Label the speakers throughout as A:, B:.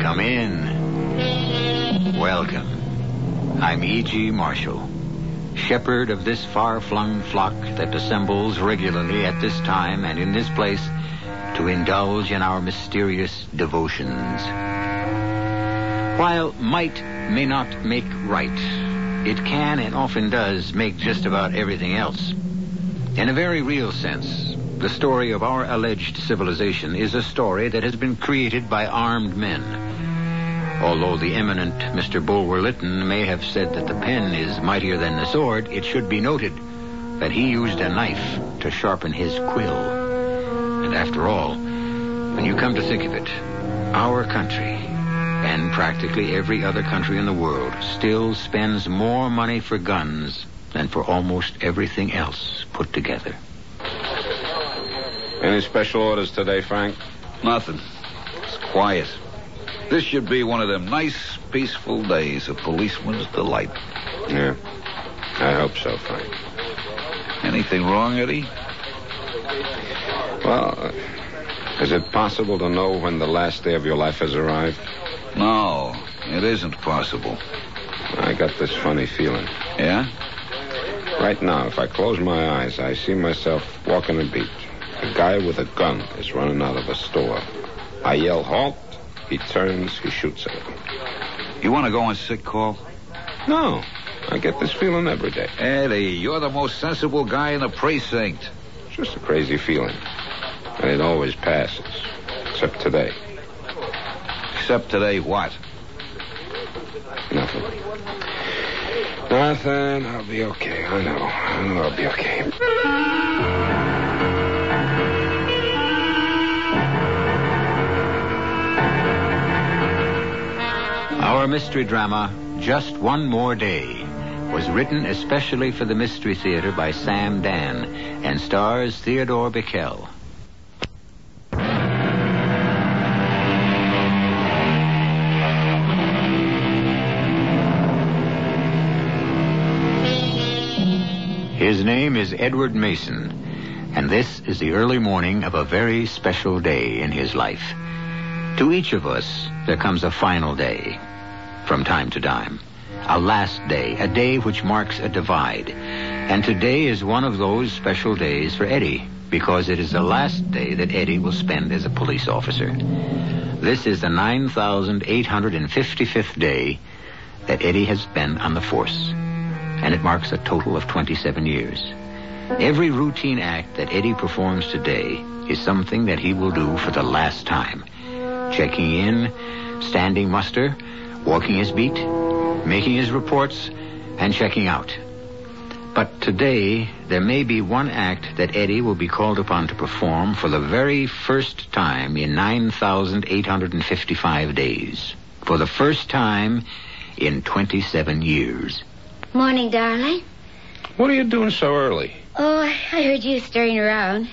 A: Come in. Welcome. I'm E.G. Marshall, shepherd of this far flung flock that assembles regularly at this time and in this place to indulge in our mysterious devotions. While might may not make right, it can and often does make just about everything else. In a very real sense, the story of our alleged civilization is a story that has been created by armed men. Although the eminent Mr. Bulwer Lytton may have said that the pen is mightier than the sword, it should be noted that he used a knife to sharpen his quill. And after all, when you come to think of it, our country, and practically every other country in the world, still spends more money for guns than for almost everything else put together.
B: Any special orders today, Frank?
C: Nothing. It's quiet. This should be one of them nice, peaceful days of policeman's delight.
B: Yeah. I hope so, Frank.
C: Anything wrong, Eddie?
B: Well, uh, is it possible to know when the last day of your life has arrived?
C: No, it isn't possible.
B: I got this funny feeling.
C: Yeah?
B: Right now, if I close my eyes, I see myself walking a beach. A guy with a gun is running out of a store. I yell, halt. He turns, he shoots at him.
C: You want to go on sick call?
B: No, I get this feeling every day.
C: Eddie, you're the most sensible guy in the precinct.
B: It's just a crazy feeling. And it always passes. Except today.
C: Except today, what?
B: Nothing. Nothing. I'll be okay. I know. I know I'll be okay.
A: Our mystery drama, Just One More Day, was written especially for the Mystery Theater by Sam Dan and stars Theodore Bickel. His name is Edward Mason, and this is the early morning of a very special day in his life. To each of us, there comes a final day from time to time. A last day, a day which marks a divide. And today is one of those special days for Eddie, because it is the last day that Eddie will spend as a police officer. This is the 9,855th day that Eddie has been on the force, and it marks a total of 27 years. Every routine act that Eddie performs today is something that he will do for the last time. Checking in, standing muster, walking his beat, making his reports, and checking out. But today, there may be one act that Eddie will be called upon to perform for the very first time in 9,855 days. For the first time in 27 years.
D: Morning, darling.
B: What are you doing so early?
D: Oh, I heard you stirring around.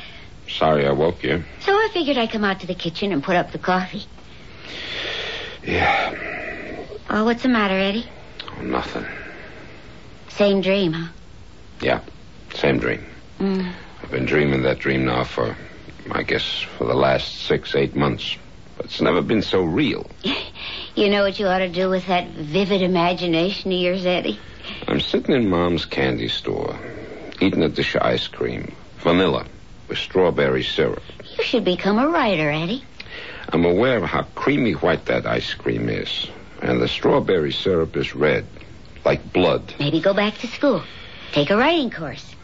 B: Sorry I woke you.
D: So I figured I'd come out to the kitchen and put up the coffee.
B: Yeah.
D: Oh, what's the matter, Eddie?
B: Oh, nothing.
D: Same dream, huh?
B: Yeah. Same dream.
D: Mm.
B: I've been dreaming that dream now for, I guess, for the last six, eight months. But it's never been so real.
D: You know what you ought to do with that vivid imagination of yours, Eddie?
B: I'm sitting in Mom's candy store, eating a dish of ice cream, vanilla, with strawberry syrup.
D: You should become a writer, Eddie.
B: I'm aware of how creamy white that ice cream is, and the strawberry syrup is red, like blood.
D: Maybe go back to school. Take a writing course.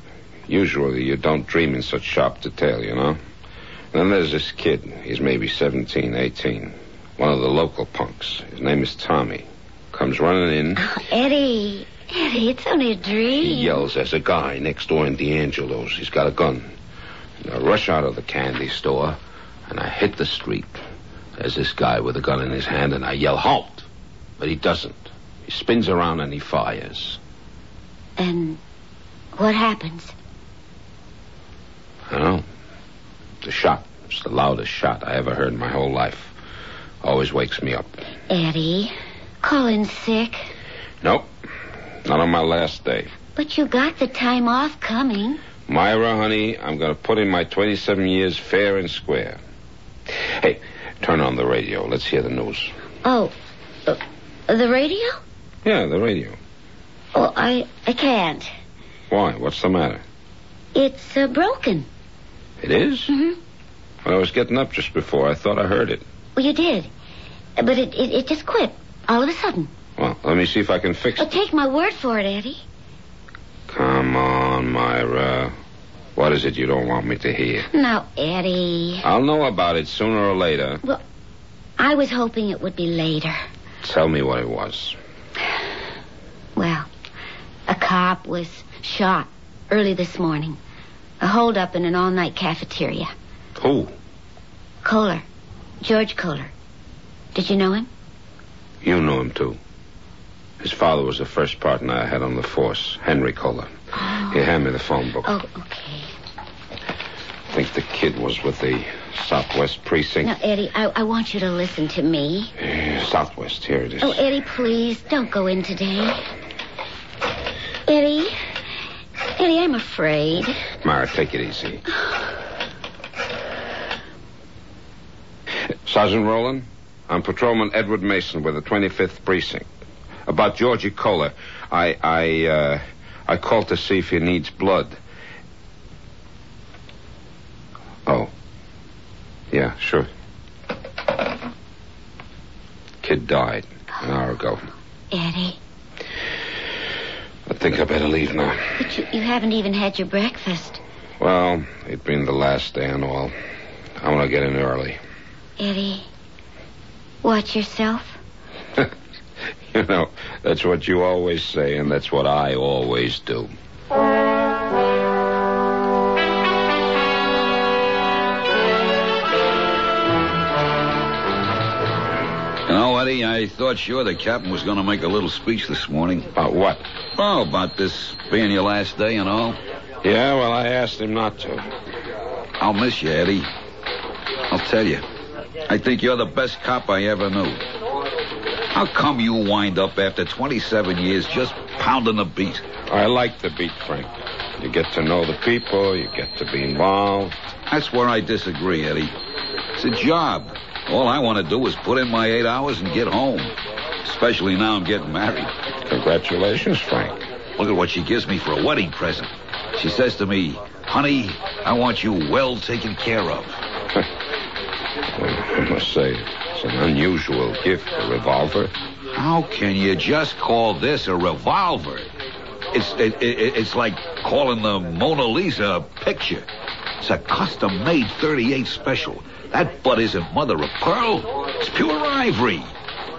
B: Usually you don't dream in such sharp detail, you know? And then there's this kid. He's maybe 17, 18. One of the local punks. His name is Tommy. comes running in.
E: Eddie, Eddie, it's only a dream.
B: He yells, There's a guy next door in D'Angelo's. He's got a gun. And I rush out of the candy store and I hit the street. There's this guy with a gun in his hand and I yell, Halt! But he doesn't. He spins around and he fires.
E: And what happens?
B: I don't know. The shot. It's the loudest shot I ever heard in my whole life. Always wakes me up.
E: Eddie, call in sick.
B: Nope. Not on my last day.
E: But you got the time off coming.
B: Myra, honey, I'm going to put in my 27 years fair and square. Hey, turn on the radio. Let's hear the news.
E: Oh, uh, the radio?
B: Yeah, the radio.
E: Oh, I, I can't.
B: Why? What's the matter?
E: It's uh, broken.
B: It is? Mm-hmm. When I was getting up just before, I thought I heard it.
E: Well, you did. Uh, But it, it, it just quit all of a sudden.
B: Well, let me see if I can fix
E: But
B: it.
E: take my word for it, Eddie.
B: Come on, Myra. What is it you don't want me to hear?
E: Now, Eddie.
B: I'll know about it sooner or later.
E: Well, I was hoping it would be later.
B: Tell me what it was.
E: Well, a cop was shot early this morning. A holdup in an all night cafeteria.
B: Who?
E: Kohler. George Kohler. Did you know him?
B: You knew him, too. His father was the first partner I had on the force, Henry Kohler. He handed me the phone book.
E: Oh, okay.
B: I think the kid was with the Southwest Precinct.
E: Now, Eddie, I, I want you to listen to me.
B: Eh, Southwest, here it is.
E: Oh, Eddie, please, don't go in today. Eddie. Eddie, I'm afraid.
B: Myra, take it easy. Sergeant Rowland, I'm Patrolman Edward Mason with the 25th Precinct. About Georgie Kohler, I I uh, I called to see if he needs blood. Oh, yeah, sure. Kid died an hour ago.
E: Eddie,
B: I think I better leave now.
E: but you, you haven't even had your breakfast.
B: Well, it being the last day and all, I want to get in early.
E: Eddie, watch yourself.
B: You know, that's what you always say, and that's what I always do.
C: You know, Eddie, I thought sure the captain was going to make a little speech this morning.
B: About what?
C: Oh, about this being your last day and all.
B: Yeah, well, I asked him not to.
C: I'll miss you, Eddie. I'll tell you. I think you're the best cop I ever knew. How come you wind up after 27 years just pounding the beat?
B: I like the beat, Frank. You get to know the people, you get to be involved.
C: That's where I disagree, Eddie. It's a job. All I want to do is put in my eight hours and get home. Especially now I'm getting married.
B: Congratulations, Frank.
C: Look at what she gives me for a wedding present. She says to me, Honey, I want you well taken care of.
B: I must say, it's an unusual gift, a revolver.
C: How can you just call this a revolver? It's it, it, it's like calling the Mona Lisa a picture. It's a custom-made 38 special. That butt isn't mother of pearl. It's pure ivory.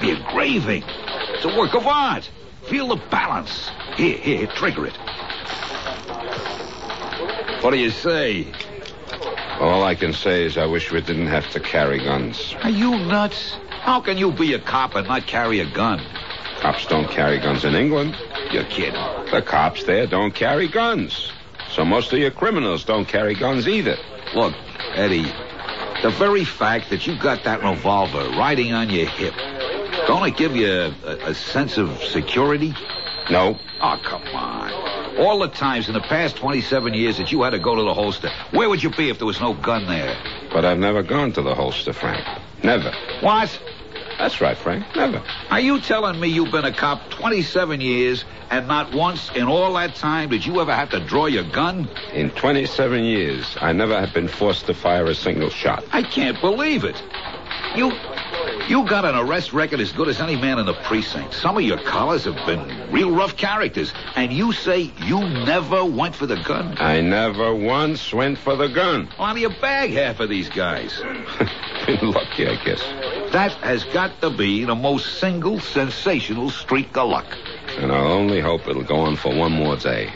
C: The engraving. It's a work of art. Feel the balance. Here, here, trigger it. What do you say?
B: All I can say is I wish we didn't have to carry guns.
C: Are you nuts? How can you be a cop and not carry a gun?
B: Cops don't carry guns in England.
C: You're kidding.
B: The cops there don't carry guns. So most of your criminals don't carry guns either.
C: Look, Eddie, the very fact that you got that revolver riding on your hip, don't it give you a, a, a sense of security?
B: No,
C: Oh, come on. All the times in the past 27 years that you had to go to the holster, where would you be if there was no gun there?
B: But I've never gone to the holster, Frank. Never.
C: What?
B: That's right, Frank. Never.
C: Are you telling me you've been a cop 27 years and not once in all that time did you ever have to draw your gun?
B: In 27 years, I never have been forced to fire a single shot.
C: I can't believe it. You you got an arrest record as good as any man in the precinct. Some of your collars have been real rough characters, and you say you never went for the gun?
B: I never once went for the gun.
C: Out of your bag, half of these guys.
B: been lucky, I guess.
C: That has got to be the most single sensational streak of luck.
B: And I'll only hope it'll go on for one more day.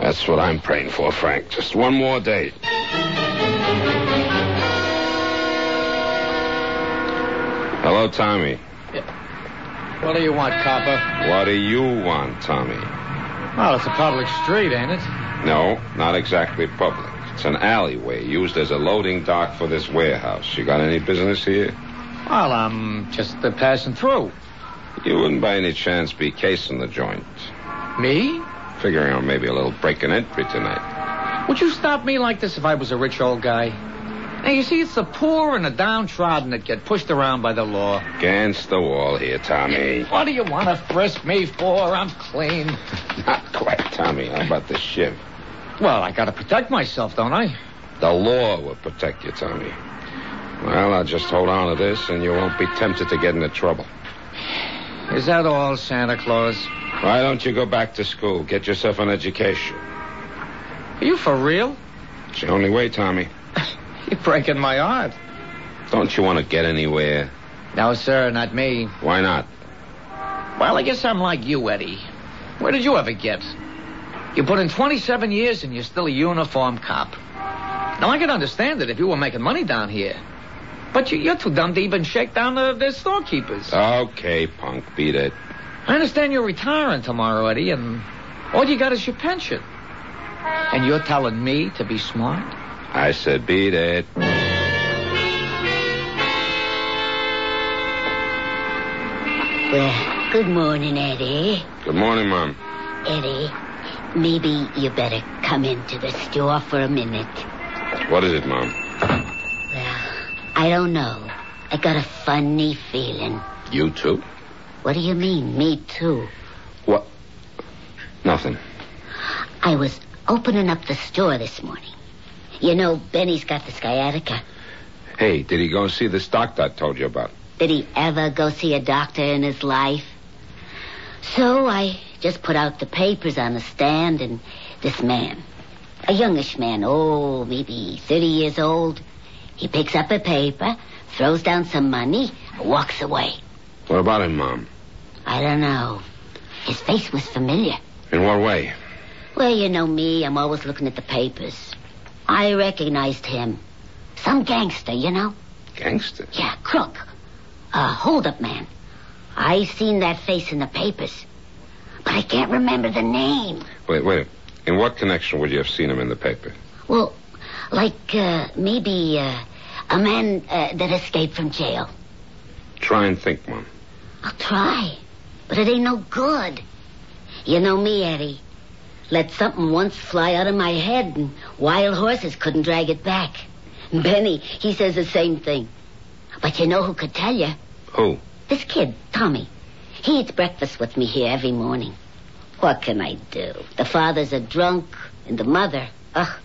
B: That's what I'm praying for, Frank. Just one more day. Hello, Tommy.
F: What do you want, copper?
B: What do you want, Tommy?
F: Well, it's a public street, ain't it?
B: No, not exactly public. It's an alleyway used as a loading dock for this warehouse. You got any business here?
F: Well, I'm just uh, passing through.
B: You wouldn't by any chance be casing the joint.
F: Me?
B: Figuring on maybe a little break and entry tonight.
F: Would you stop me like this if I was a rich old guy? Now, you see, it's the poor and the downtrodden that get pushed around by the law.
B: Against the wall here, Tommy.
F: What do you want to frisk me for? I'm clean.
B: Not quite, Tommy. How about the shiv?
F: Well, I gotta protect myself, don't I?
B: The law will protect you, Tommy. Well, I'll just hold on to this, and you won't be tempted to get into trouble.
F: Is that all, Santa Claus?
B: Why don't you go back to school? Get yourself an education.
F: Are you for real?
B: It's the only way, Tommy.
F: You're breaking my heart.
B: Don't you want to get anywhere?
F: No, sir, not me.
B: Why not?
F: Well, I guess I'm like you, Eddie. Where did you ever get? You put in 27 years and you're still a uniform cop. Now, I can understand it if you were making money down here. But you, you're too dumb to even shake down the, the storekeepers.
B: Okay, punk, beat it.
F: I understand you're retiring tomorrow, Eddie, and all you got is your pension. And you're telling me to be smart?
B: I said beat it.
D: Well, good morning, Eddie.
B: Good morning, Mom.
D: Eddie, maybe you better come into the store for a minute.
B: What is it, Mom?
D: Well, I don't know. I got a funny feeling.
B: You too?
D: What do you mean, me too?
B: What? Nothing.
D: I was opening up the store this morning. You know, Benny's got the sciatica.
B: Hey, did he go see this doctor I told you about?
D: Did he ever go see a doctor in his life? So I just put out the papers on the stand, and this man, a youngish man, oh, maybe 30 years old, he picks up a paper, throws down some money, walks away.
B: What about him, Mom?
D: I don't know. His face was familiar.
B: In what way?
D: Well, you know me, I'm always looking at the papers. I recognized him. Some gangster, you know?
B: Gangster.
D: Yeah, crook. A hold-up man. I seen that face in the papers. But I can't remember the name.
B: Wait, wait. In what connection would you have seen him in the paper?
D: Well, like, uh, maybe, uh, a man uh, that escaped from jail.
B: Try and think, Mom.
D: I'll try, but it ain't no good. You know me, Eddie. Let something once fly out of my head, and wild horses couldn't drag it back. Benny, he says the same thing. But you know who could tell you?
B: Who?
D: This kid, Tommy. He eats breakfast with me here every morning. What can I do? The father's a drunk, and the mother, ugh.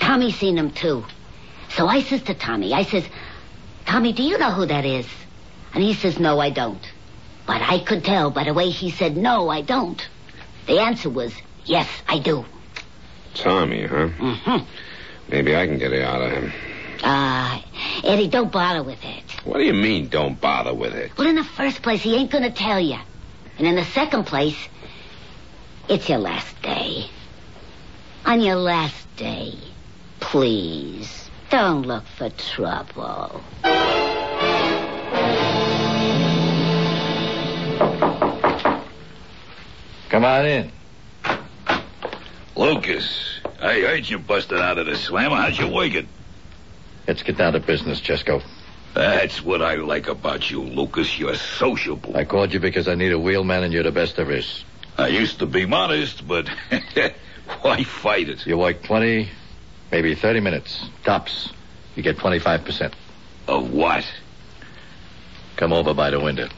D: Tommy seen him too. So I says to Tommy, I says, Tommy, do you know who that is? And he says, no, I don't. But I could tell by the way he said, no, I don't. The answer was, yes, I do.
B: Tommy, huh?
D: Mm-hmm.
B: Maybe I can get it out of him.
D: Ah, Eddie, don't bother with it.
B: What do you mean, don't bother with it?
D: Well, in the first place, he ain't gonna tell you. And in the second place, it's your last day. On your last day, please, don't look for trouble.
F: Come on in.
C: Lucas, I heard you busted out of the slammer. How's you working?
G: Let's get down to business, Jesco.
C: That's what I like about you, Lucas. You're sociable.
G: I called you because I need a wheelman, and you're the best there is.
C: I used to be modest, but why fight it?
G: You work 20, maybe 30 minutes, tops. You get 25%.
C: Of what?
G: Come over by the window.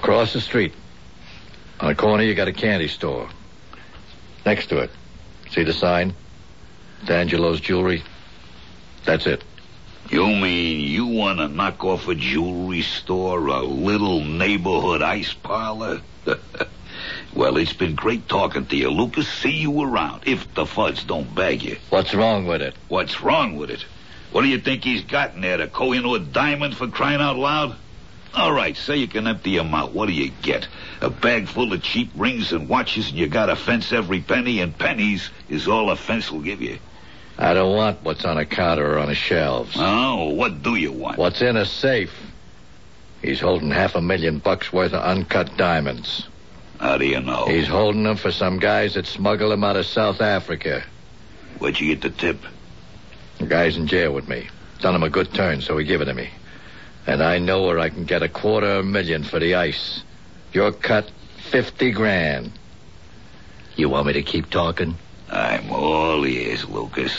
G: Cross the street. On the corner, you got a candy store. Next to it, see the sign? D'Angelo's Jewelry. That's it.
C: You mean you want to knock off a jewelry store, a little neighborhood ice parlor? well, it's been great talking to you, Lucas. See you around if the fuds don't bag you.
G: What's wrong with it?
C: What's wrong with it? What do you think he's got in there to go into a diamond for crying out loud? All right, say you can empty him out. What do you get? A bag full of cheap rings and watches, and you got to fence every penny, and pennies is all a fence will give you.
G: I don't want what's on a counter or on the shelves.
C: Oh, what do you want?
G: What's in a safe? He's holding half a million bucks worth of uncut diamonds.
C: How do you know?
G: He's holding them for some guys that smuggled them out of South Africa.
C: Where'd you get the tip?
G: The guy's in jail with me. Done him a good turn, so he give it to me. And I know where I can get a quarter of a million for the ice. Your cut, 50 grand. You want me to keep talking?
C: I'm all ears, Lucas.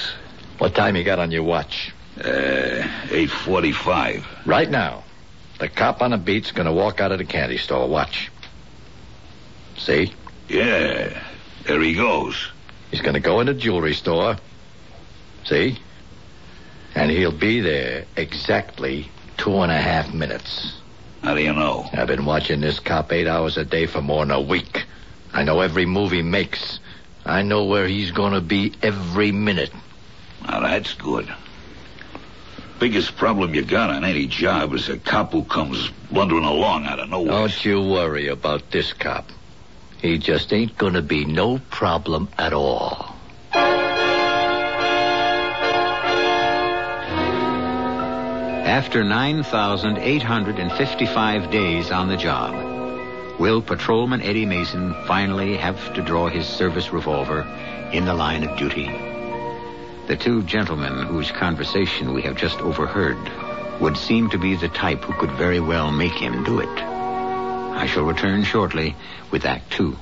G: What time you got on your watch?
C: Uh, 8.45.
G: Right now. The cop on the beat's gonna walk out of the candy store. Watch. See?
C: Yeah. There he goes.
G: He's gonna go in the jewelry store. See? And he'll be there exactly two and a half minutes.
C: How do you know?
G: I've been watching this cop eight hours a day for more than a week. I know every move he makes. I know where he's gonna be every minute.
C: Now that's good. Biggest problem you got on any job is a cop who comes blundering along out of nowhere.
G: Don't you worry about this cop. He just ain't gonna be no problem at all.
A: After 9,855 days on the job, will Patrolman Eddie Mason finally have to draw his service revolver in the line of duty? The two gentlemen whose conversation we have just overheard would seem to be the type who could very well make him do it. I shall return shortly with Act Two.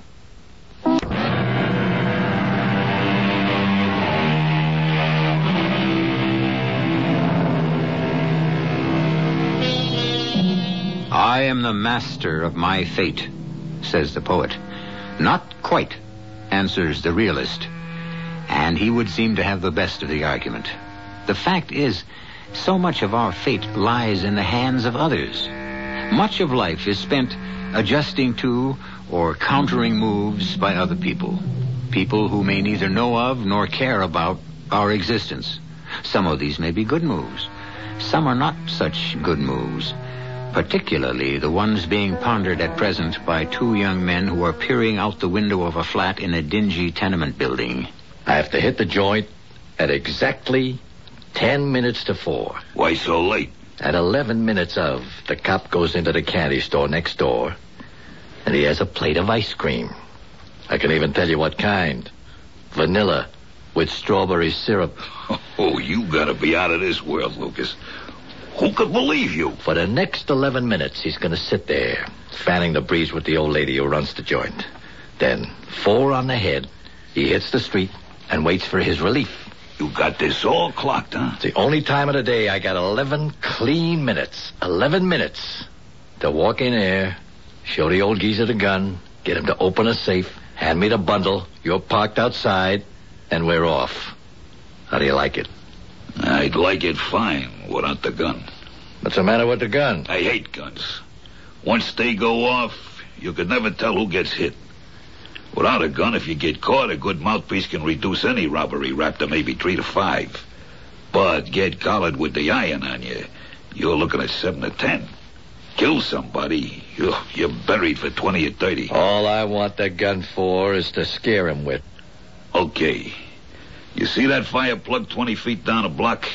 A: I am the master of my fate, says the poet. Not quite, answers the realist. And he would seem to have the best of the argument. The fact is, so much of our fate lies in the hands of others. Much of life is spent adjusting to or countering moves by other people. People who may neither know of nor care about our existence. Some of these may be good moves. Some are not such good moves. Particularly the ones being pondered at present by two young men who are peering out the window of a flat in a dingy tenement building.
G: I have to hit the joint at exactly 10 minutes to 4.
C: Why so late?
G: At 11 minutes of, the cop goes into the candy store next door, and he has a plate of ice cream. I can even tell you what kind. Vanilla with strawberry syrup.
C: Oh, you gotta be out of this world, Lucas. Who could believe you?
G: For the next 11 minutes, he's gonna sit there, fanning the breeze with the old lady who runs the joint. Then, four on the head, he hits the street and waits for his relief.
C: You got this all clocked, huh?
G: It's the only time of the day I got 11 clean minutes. 11 minutes to walk in here, show the old geezer the gun, get him to open a safe, hand me the bundle, you're parked outside, and we're off. How do you like it?
C: I'd like it fine without the gun.
G: What's the matter with the gun?
C: I hate guns. Once they go off, you could never tell who gets hit. Without a gun, if you get caught, a good mouthpiece can reduce any robbery rap to maybe three to five. But get collared with the iron on you, you're looking at seven to ten. Kill somebody, you're, you're buried for twenty or thirty.
G: All I want the gun for is to scare him with.
C: Okay. You see that fire plug 20 feet down a block?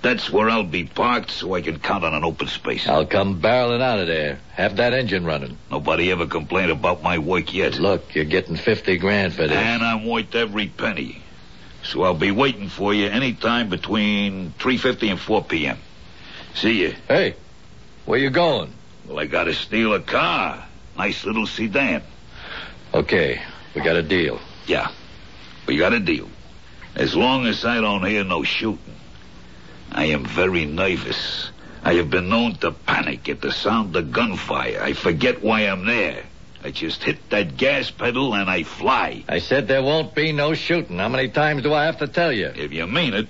C: That's where I'll be parked so I can count on an open space.
G: I'll come barreling out of there. Have that engine running.
C: Nobody ever complained about my work yet.
G: Look, you're getting 50 grand for this.
C: And I'm worth every penny. So I'll be waiting for you any time between 3.50 and 4 p.m. See you.
G: Hey, where you going?
C: Well, I gotta steal a car. Nice little sedan.
G: Okay, we got a deal.
C: Yeah, we got a deal. As long as I don't hear no shooting. I am very nervous. I have been known to panic at the sound of gunfire. I forget why I'm there. I just hit that gas pedal and I fly.
G: I said there won't be no shooting. How many times do I have to tell you?
C: If you mean it,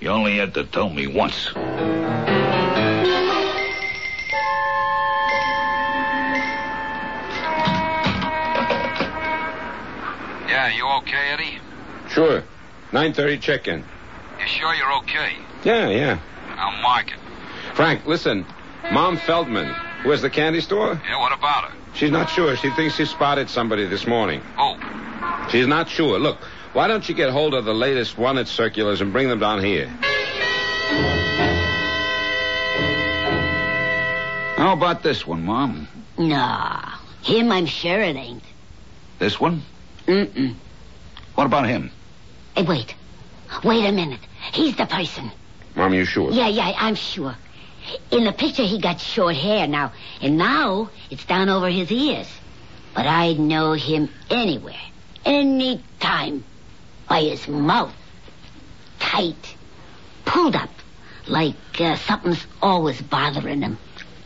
C: you only had to tell me once.
E: Yeah, you okay, Eddie?
B: Sure. 9.30 check-in.
E: You sure you're okay?
B: Yeah, yeah.
E: I'll mark it.
B: Frank, listen. Mom Feldman, who has the candy store?
E: Yeah, what about her?
B: She's not sure. She thinks she spotted somebody this morning.
E: Oh,
B: She's not sure. Look, why don't you get hold of the latest wanted circulars and bring them down here?
C: How about this one, Mom?
D: No. Him, I'm sure it ain't.
C: This one?
D: Mm-mm.
C: What about him?
D: Hey, wait. Wait a minute. He's the person.
B: Mom, you sure?
D: Yeah, yeah, I'm sure. In the picture, he got short hair now, and now it's down over his ears. But I'd know him anywhere, any time, by his mouth, tight, pulled up, like uh, something's always bothering him.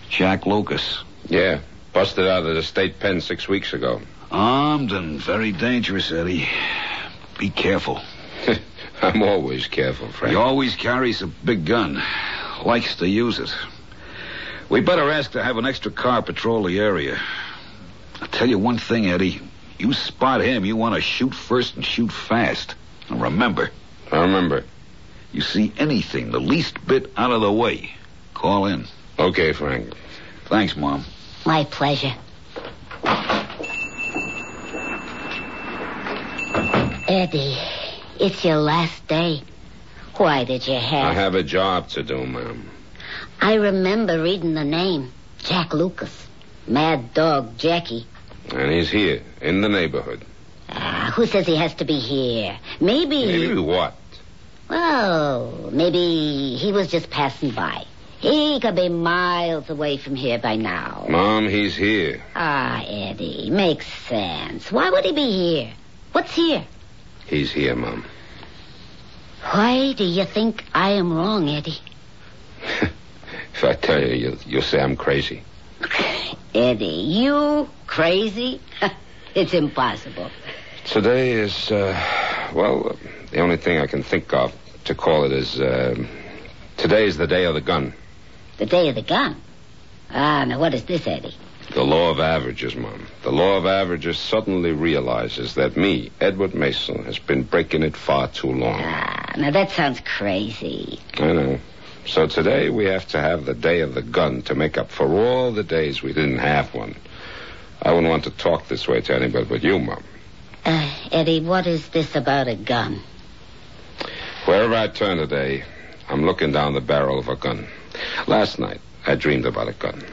C: Jack Lucas.
B: Yeah. Busted out of the state pen six weeks ago.
C: Armed and very dangerous, Eddie. Be careful.
B: I'm always careful, Frank.
C: He always carries a big gun. Likes to use it. We better ask to have an extra car patrol the area. I'll tell you one thing, Eddie. You spot him, you want to shoot first and shoot fast. And remember.
B: I remember.
C: You see anything the least bit out of the way, call in.
B: Okay, Frank.
C: Thanks, Mom.
D: My pleasure. Eddie, it's your last day. Why did you have?
B: I have a job to do, Mom.
D: I remember reading the name Jack Lucas. Mad Dog Jackie.
B: And he's here, in the neighborhood.
D: Ah, who says he has to be here? Maybe.
B: Maybe what?
D: Well, maybe he was just passing by. He could be miles away from here by now.
B: Mom, he's here.
D: Ah, Eddie, makes sense. Why would he be here? What's here?
B: He's here, Mom.
D: Why do you think I am wrong, Eddie?
B: If I tell you, you'll, you'll say I'm crazy.
D: Eddie, you crazy? it's impossible.
B: Today is, uh, well, the only thing I can think of to call it is, um today is the day of the gun.
D: The day of the gun. Ah, now what is this, Eddie?
B: The law of averages, Mom. The law of averages suddenly realizes that me, Edward Mason, has been breaking it far too long.
D: Ah, now that sounds crazy.
B: I know. So today we have to have the day of the gun to make up for all the days we didn't have one. I wouldn't want to talk this way to anybody but you, Mom.
D: Uh, Eddie, what is this about a gun?
B: Wherever I turn today, I'm looking down the barrel of a gun. Last night, I dreamed about a gun.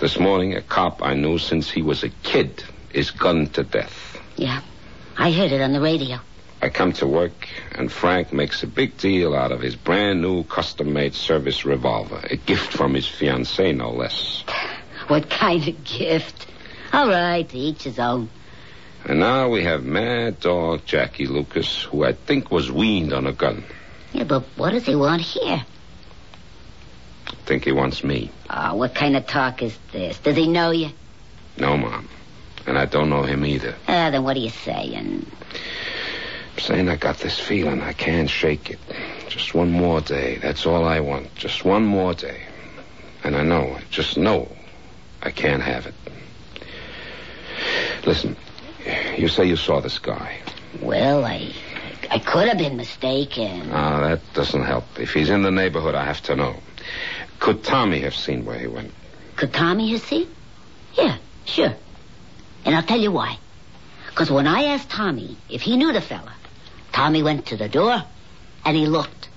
B: This morning, a cop I knew since he was a kid is gunned to death.
D: Yeah, I heard it on the radio.
B: I come to work, and Frank makes a big deal out of his brand new custom made service revolver, a gift from his fiancee, no less.
D: What kind of gift? All right, to each his own.
B: And now we have Mad Dog Jackie Lucas, who I think was weaned on a gun.
D: Yeah, but what does he want here?
B: Think he wants me.
D: Ah, what kind of talk is this? Does he know you?
B: No, Mom. And I don't know him either.
D: Ah, then what are you saying?
B: I'm saying I got this feeling I can't shake it. Just one more day. That's all I want. Just one more day. And I know, I just know, I can't have it. Listen, you say you saw this guy.
D: Well, I, I could have been mistaken.
B: Ah, that doesn't help. If he's in the neighborhood, I have to know. Could Tommy have seen where he went?
D: Could Tommy have seen? Yeah, sure. And I'll tell you why. Because when I asked Tommy if he knew the fella, Tommy went to the door and he looked.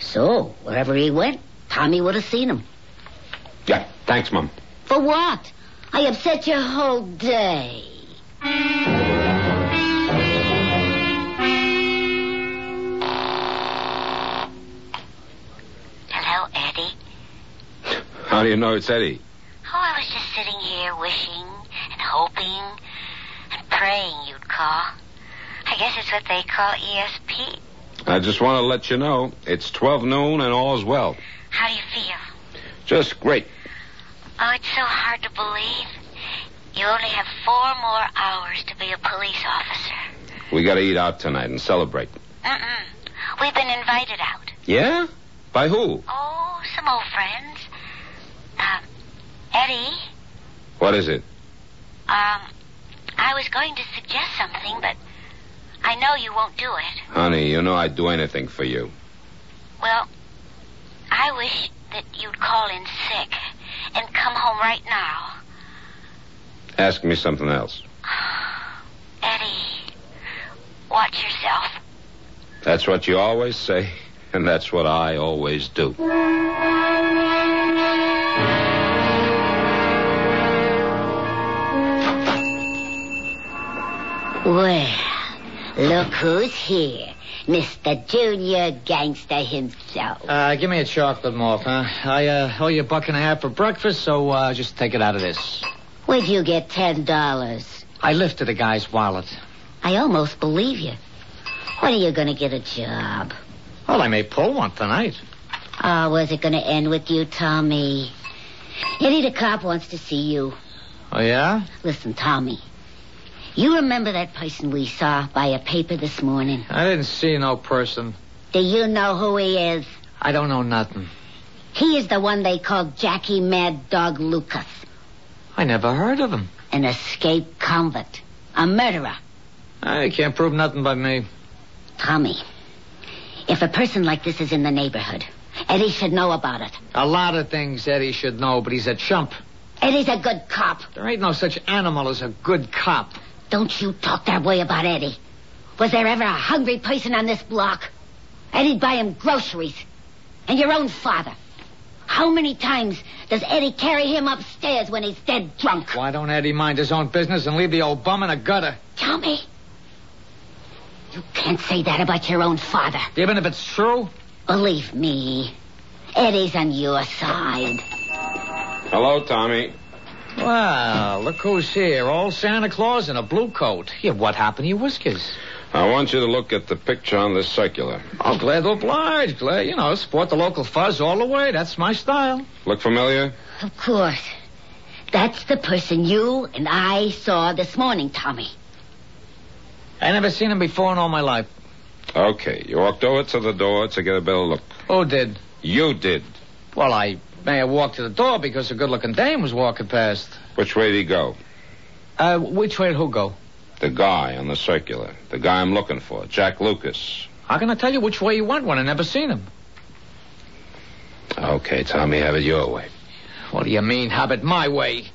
D: So, wherever he went, Tommy would have seen him.
B: Yeah, thanks, Mom.
D: For what? I upset your whole day. Hello, Eddie.
B: How do you know it's Eddie?
D: Oh, I was just sitting here wishing and hoping and praying you'd call. I guess it's what they call E ESP.
B: I just want to let you know it's 12 noon and all's well.
D: How do you feel?
B: Just great.
D: Oh, it's so hard to believe. You only have four more hours to be a police officer.
B: We got to eat out tonight and celebrate.
D: Mm-mm. We've been invited out.
B: Yeah? By who?
D: Oh, some old friends. Um, Eddie,
B: What is it?
D: um, I was going to suggest something, but I know you won't do it.
B: Honey, you know I'd do anything for you.
E: Well, I wish that you'd call in sick and come home right now.
B: Ask me something else.
E: Eddie, watch yourself.
B: That's what you always say, and that's what I always do.
D: Well, look who's here. Mr. Junior Gangster himself.
F: Uh, give me a chocolate malt, huh? I uh, owe you a buck and a half for breakfast, so uh, just take it out of this.
D: Where'd you get ten dollars?
F: I lifted a guy's wallet.
D: I almost believe you. When are you gonna get a job?
F: Well, I may pull one tonight.
D: Oh, was it gonna end with you, Tommy? Eddie the cop wants to see you.
F: Oh, yeah?
D: Listen, Tommy. You remember that person we saw by a paper this morning?
F: I didn't see no person.
D: Do you know who he is?
F: I don't know nothing.
D: He is the one they called Jackie Mad Dog Lucas.
F: I never heard of him.
D: An escaped convict. A murderer.
F: I can't prove nothing by me.
D: Tommy, if a person like this is in the neighborhood, Eddie should know about it.
F: A lot of things Eddie should know, but he's a chump.
D: Eddie's a good cop.
F: There ain't no such animal as a good cop.
D: Don't you talk that way about Eddie. Was there ever a hungry person on this block? Eddie'd buy him groceries. And your own father. How many times does Eddie carry him upstairs when he's dead drunk?
F: Why don't Eddie mind his own business and leave the old bum in a gutter?
D: Tommy, you can't say that about your own father.
F: Even if it's true?
D: Believe me, Eddie's on your side.
B: Hello, Tommy.
F: Well, look who's here. Old Santa Claus in a blue coat. Yeah, what happened to your whiskers?
B: I want you to look at the picture on this circular.
F: Oh, glad to oblige. Glad, you know, support the local fuzz all the way. That's my style.
B: Look familiar?
D: Of course. That's the person you and I saw this morning, Tommy.
F: I never seen him before in all my life.
B: Okay, you walked over to the door to get a better look.
F: Who did?
B: You did.
F: Well, I may have walked to the door because a good-looking dame was walking past.
B: Which way did he go?
F: Uh, which way did who go?
B: The guy on the circular. The guy I'm looking for, Jack Lucas.
F: How can I tell you which way he went when I never seen him?
B: Okay, Tommy, have it your way.
F: What do you mean, have it my way?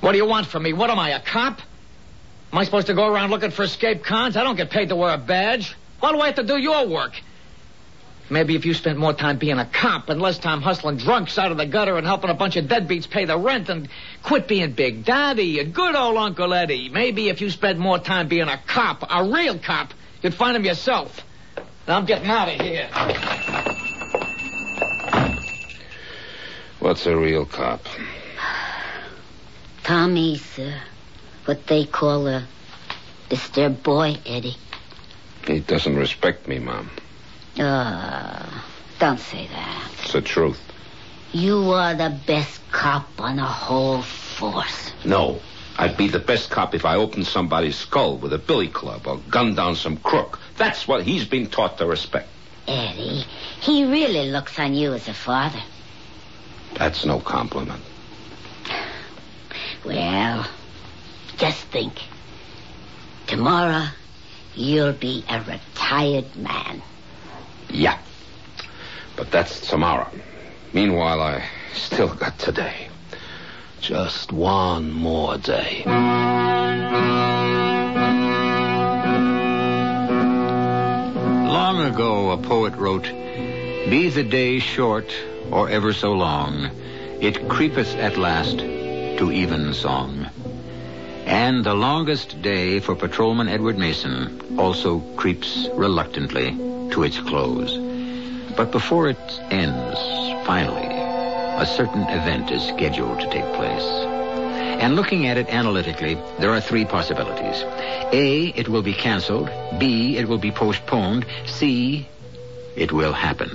F: What do you want from me? What am I, a cop? Am I supposed to go around looking for escaped cons? I don't get paid to wear a badge. Why do I have to do your work? Maybe if you spent more time being a cop and less time hustling drunks out of the gutter and helping a bunch of deadbeats pay the rent and quit being Big Daddy and good old Uncle Eddie. Maybe if you spent more time being a cop, a real cop, you'd find him yourself. Now I'm getting out of here.
B: What's a real cop?
D: Tommy's uh, what they call a disturbed boy, Eddie.
B: He doesn't respect me, Mom.
D: Oh, don't say that.
B: It's the truth.
D: You are the best cop on the whole force.
B: No. I'd be the best cop if I opened somebody's skull with a billy club or gunned down some crook. That's what he's been taught to respect.
D: Eddie, he really looks on you as a father.
B: That's no compliment.
D: Well, just think. Tomorrow, you'll be a retired man.
B: Yeah. But that's tomorrow. Meanwhile, I still got today. Just one more day.
A: Long ago, a poet wrote, Be the day short or ever so long, it creepeth at last to evensong. And the longest day for Patrolman Edward Mason also creeps reluctantly to its close. But before it ends, finally, a certain event is scheduled to take place. And looking at it analytically, there are three possibilities. A, it will be canceled. B, it will be postponed. C, it will happen.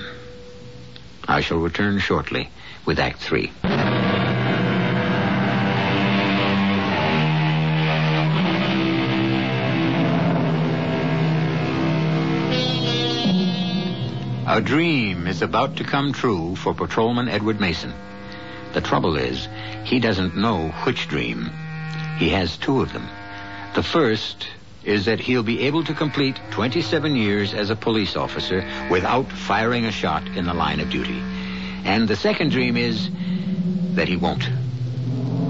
A: I shall return shortly with Act Three. A dream is about to come true for Patrolman Edward Mason. The trouble is, he doesn't know which dream. He has two of them. The first is that he'll be able to complete 27 years as a police officer without firing a shot in the line of duty. And the second dream is that he won't.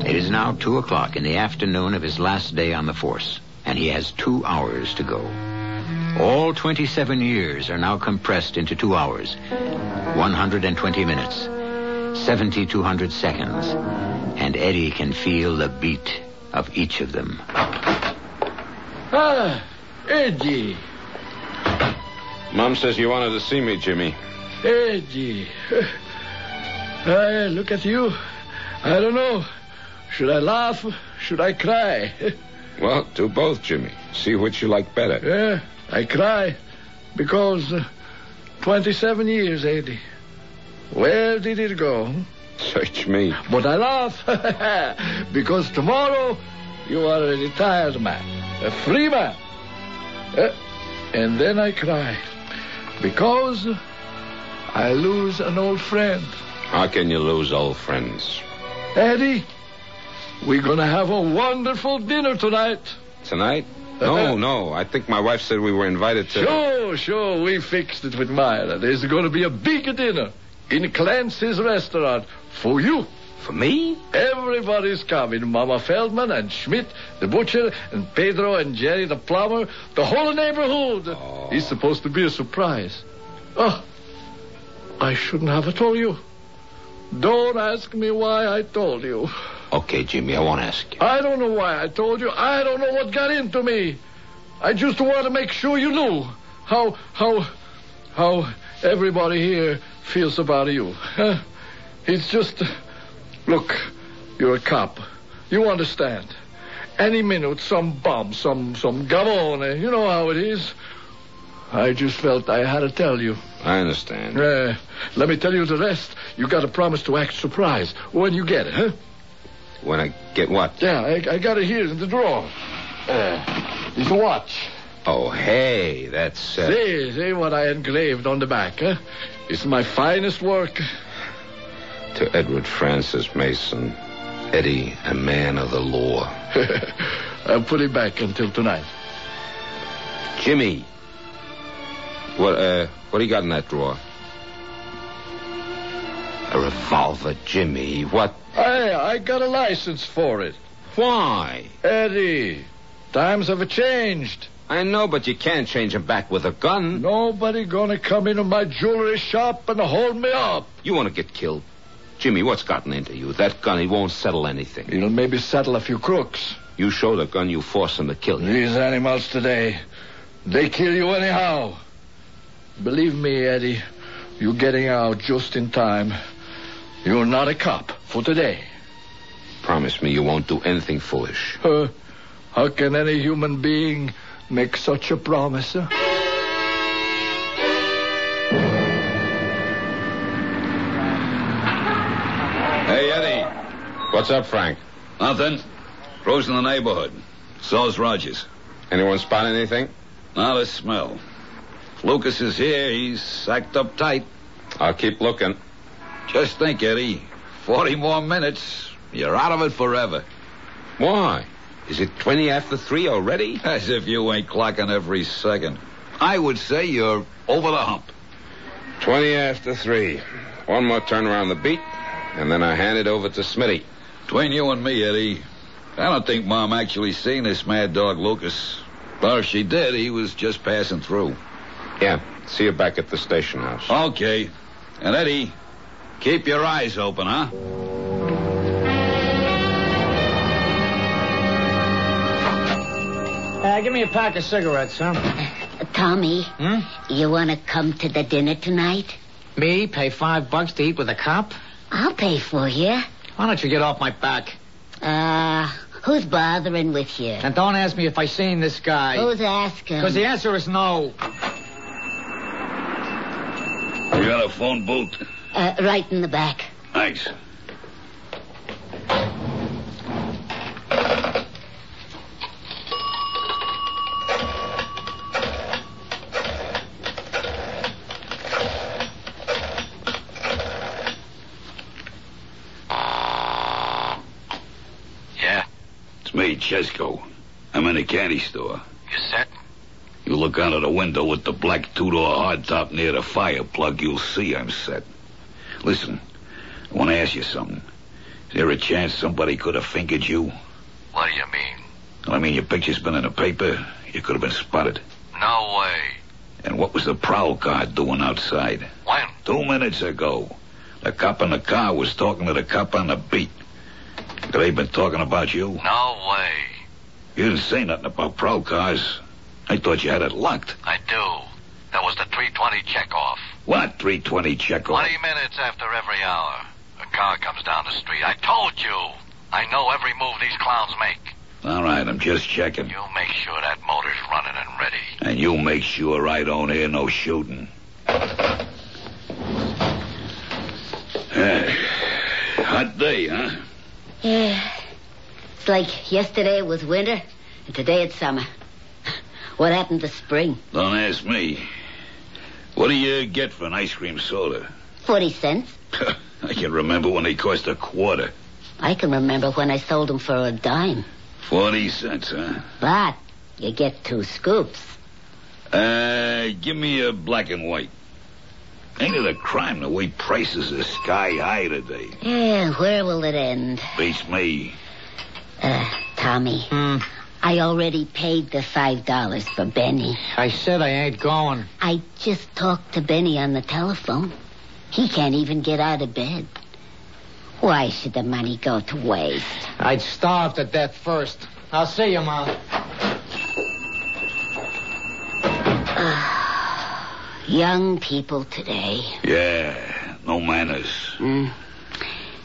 A: It is now 2 o'clock in the afternoon of his last day on the force, and he has two hours to go. All 27 years are now compressed into two hours, 120 minutes, 7,200 seconds, and Eddie can feel the beat of each of them.
H: Ah, Eddie,
B: Mom says you wanted to see me, Jimmy.
H: Eddie. I look at you. I don't know. Should I laugh? Should I cry?
B: Well, do both, Jimmy. See which you like better.
H: Yeah, I cry because uh, 27 years, Eddie. Where did it go?
B: Search me.
H: But I laugh because tomorrow you are a retired man, a free man. Uh, and then I cry because I lose an old friend.
B: How can you lose old friends?
H: Eddie, we're gonna have a wonderful dinner tonight.
B: Tonight? No, no. I think my wife said we were invited to.
H: Sure, sure, we fixed it with Myra. There's gonna be a big dinner in Clancy's restaurant for you.
I: For me?
H: Everybody's coming. Mama Feldman and Schmidt, the butcher, and Pedro and Jerry, the plumber, the whole neighborhood.
C: Oh.
H: It's supposed to be a surprise. Oh, I shouldn't have told you. Don't ask me why I told you.
B: Okay, Jimmy, I won't ask you.
H: I don't know why I told you. I don't know what got into me. I just want to make sure you knew how how how everybody here feels about you. Huh? It's just look, you're a cop. You understand. Any minute some bum, some some gabone, you know how it is. I just felt I had to tell you.
B: I understand.
H: Uh, let me tell you the rest. You got to promise to act surprised when you get it, huh?
B: When I get what?
H: Yeah, I, I got it here in the drawer. Uh, it's a watch.
B: Oh, hey, that's. Uh...
H: See, see what I engraved on the back, huh? It's my finest work.
B: To Edward Francis Mason, Eddie, a man of the law.
H: I'll put it back until tonight.
B: Jimmy. What, uh, what do you got in that drawer? A revolver, Jimmy. What?
H: Hey, I got a license for it.
B: Why?
H: Eddie, times have changed.
B: I know, but you can't change him back with a gun.
H: Nobody gonna come into my jewelry shop and hold me up.
B: You want to get killed. Jimmy, what's gotten into you? That gun, he won't settle anything.
H: It'll maybe settle a few crooks.
B: You show the gun, you force him to kill you.
H: These animals today, they kill you anyhow. Believe me, Eddie, you're getting out just in time. You're not a cop for today.
B: Promise me you won't do anything foolish.
H: Uh, how can any human being make such a promise? huh?
C: Hey, Eddie.
B: What's up, Frank?
C: Nothing. Crew's in the neighborhood. So's Rogers.
B: Anyone spot anything?
C: Not a smell. Lucas is here. He's sacked up tight.
B: I'll keep looking.
C: Just think, Eddie. Forty more minutes. You're out of it forever.
B: Why? Is it 20 after 3 already?
C: As if you ain't clocking every second. I would say you're over the hump.
B: 20 after 3. One more turn around the beat, and then I hand it over to Smitty.
C: Between you and me, Eddie, I don't think Mom actually seen this mad dog Lucas. But if she did, he was just passing through.
B: Yeah, see you back at the station house.
C: Okay. And Eddie, keep your eyes open, huh?
F: Uh, give me a pack of cigarettes, huh? Hmm?
D: Tommy, you want to come to the dinner tonight?
F: Me pay five bucks to eat with a cop?
D: I'll pay for you.
F: Why don't you get off my back?
D: Uh, who's bothering with you?
F: And don't ask me if I seen this guy.
D: Who's asking?
F: Because the answer is no.
C: You got a phone booth?
D: Uh, right in the back.
C: Thanks.
J: Yeah,
C: It's me, Chesko. I'm in a candy store.
G: You set?
C: You look out of the window with the black two-door hardtop near the fire plug, you'll see I'm set. Listen, I want to ask you something. Is there a chance somebody could have fingered you?
G: What do you mean?
C: I mean, your picture's been in the paper. You could have been spotted.
G: No way.
C: And what was the prowl guard doing outside?
G: When?
C: Two minutes ago. The cop in the car was talking to the cop on the beat. They've been talking about you.
G: No way.
C: You didn't say nothing about prowl cars. I thought you had it locked.
G: I do. That was the 320 checkoff.
C: What 320 checkoff?
G: 20 minutes after every hour. A car comes down the street. I told you. I know every move these clowns make.
C: All right, I'm just checking.
G: You make sure that motor's running and ready.
C: And you make sure I don't hear no shooting. Eh, hot day, huh?
D: Yeah. It's like yesterday it was winter, and today it's summer. What happened to spring?
C: Don't ask me. What do you get for an ice cream soda?
D: Forty cents.
C: I can remember when they cost a quarter.
D: I can remember when I sold them for a dime.
C: Forty cents, huh?
D: But you get two scoops.
C: Uh, give me a black and white. Ain't it a crime the way prices are sky high today?
D: Yeah, where will it end?
C: Beats me.
D: Uh, Tommy.
F: Hmm.
D: I already paid the five dollars for Benny.
F: I said I ain't going.
D: I just talked to Benny on the telephone. He can't even get out of bed. Why should the money go to waste?
F: I'd starve to death first. I'll see you, Mom.
D: Ah, Young people today.
C: Yeah, no manners.
D: Mm.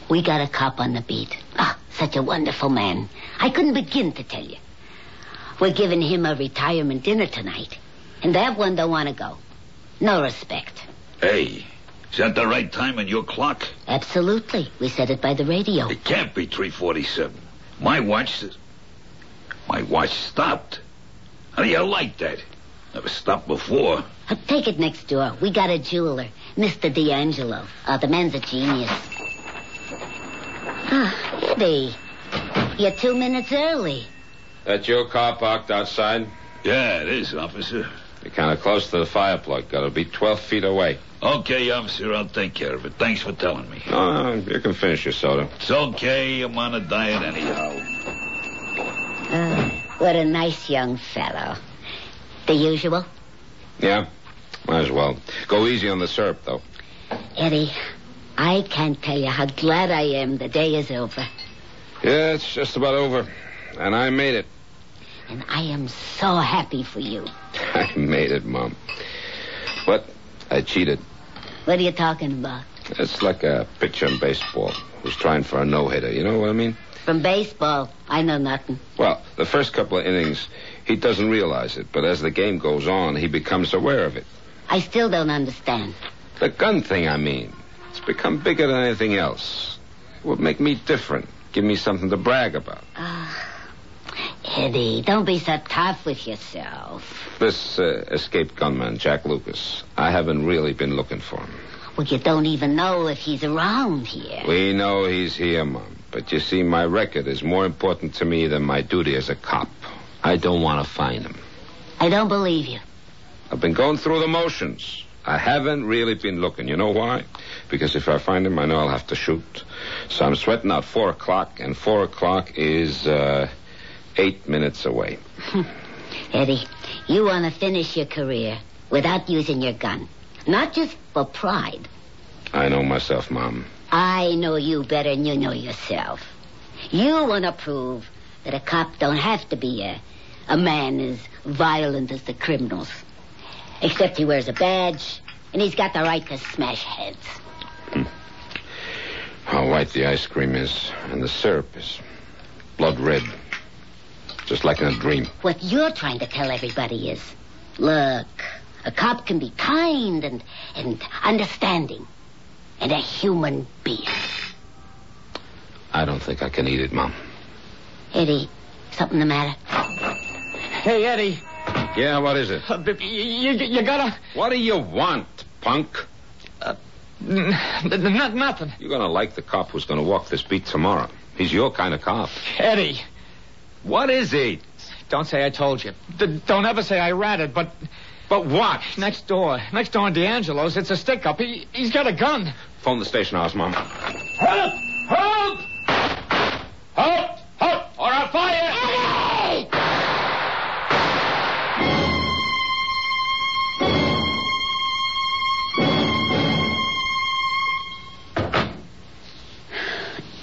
D: We got a cop on the beat. Ah, such a wonderful man. I couldn't begin to tell you. We're giving him a retirement dinner tonight. And that one don't want to go. No respect.
C: Hey, is that the right time in your clock?
D: Absolutely. We said it by the radio.
C: It can't be 347. My watch... s- My watch stopped. How do you like that? Never stopped before.
D: Uh, Take it next door. We got a jeweler, Mr. D'Angelo. Uh, the man's a genius. Ah, Libby, you're two minutes early.
B: That your car parked outside?
C: Yeah, it is, officer.
B: You're kind of close to the fire plug. Got to be 12 feet away.
C: Okay, officer, I'll take care of it. Thanks for telling me.
B: No, no, you can finish your soda.
C: It's okay. I'm on a diet anyhow.
D: Ah, what a nice young fellow. The usual.
B: Yeah? Might as well. Go easy on the syrup, though.
D: Eddie, I can't tell you how glad I am the day is over.
B: Yeah, it's just about over. And I made it.
D: And I am so happy for you.
B: I made it, Mom. But I cheated.
D: What are you talking about?
B: It's like a pitcher in baseball who's trying for a no-hitter. You know what I mean?
D: From baseball, I know nothing.
B: Well, the first couple of innings, he doesn't realize it. But as the game goes on, he becomes aware of it.
D: I still don't understand.
B: The gun thing, I mean. It's become bigger than anything else. It would make me different. Give me something to brag about.
D: Ah, Eddie, don't be so tough with yourself.
B: This uh, escaped gunman, Jack Lucas. I haven't really been looking for him.
D: Well, you don't even know if he's around here.
B: We know he's here, Mom. But you see, my record is more important to me than my duty as a cop. I don't want to find him.
D: I don't believe you.
B: I've been going through the motions. I haven't really been looking. You know why? Because if I find him, I know I'll have to shoot. So I'm sweating out four o'clock, and four o'clock is uh, eight minutes away.
D: Eddie, you want to finish your career without using your gun. Not just for pride.
B: I know myself, Mom.
D: I know you better than you know yourself. You want to prove that a cop don't have to be a, a man as violent as the criminals. Except he wears a badge, and he's got the right to smash heads.
B: How white the ice cream is, and the syrup is blood red, just like in a dream.
D: What you're trying to tell everybody is, look, a cop can be kind and, and understanding, and a human being.
B: I don't think I can eat it, Mom.
D: Eddie, something the matter?
F: Hey, Eddie.
B: Yeah, what is it?
F: Uh, b- you, you, you gotta.
B: What do you want, punk?
F: Uh, N- n- not nothing.
B: You're gonna like the cop who's gonna walk this beat tomorrow. He's your kind of cop.
F: Eddie,
B: What is he?
F: Don't say I told you. D- don't ever say I ratted, but. But what? Next door. Next door in D'Angelo's, it's a stick up. He, he's got a gun.
J: Phone the station house, Mom.
F: Help! Help! Help! Help! Or I'll fire!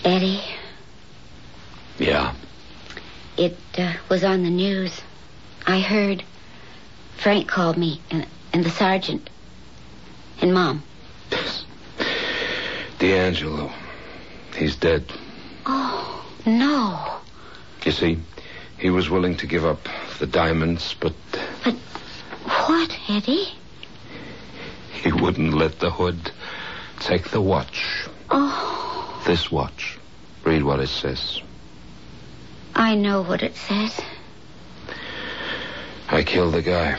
D: Eddie,
G: Yeah.
D: it uh, was on the news. I heard. Frank called me, and, and the sergeant, and Mom.
B: D'Angelo. He's dead.
D: Oh, no.
B: You see, he was willing to give up the diamonds, but
D: What, Eddie?
B: he wouldn't let the hood take the watch. Oh. This watch. Read what it says.
D: I know what it says.
B: I killed the guy.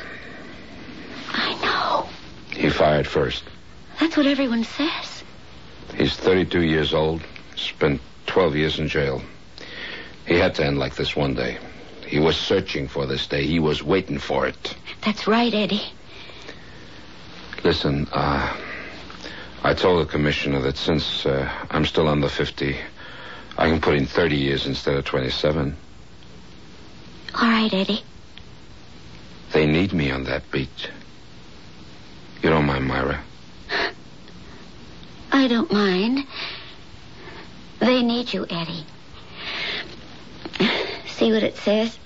D: I know.
B: He fired first.
D: That's what everyone says.
B: He's 32 years old, spent 12 years in jail. He had to end like this one day. He was searching for this day. He was waiting for it.
D: That's right, Eddie.
B: Listen, uh, I told the commissioner that since uh, I'm still under 50, I can put in 30 years instead of 27.
D: All right, Eddie.
B: They need me on that beach. You don't mind, Myra?
D: I don't mind. They need you, Eddie. See what it says?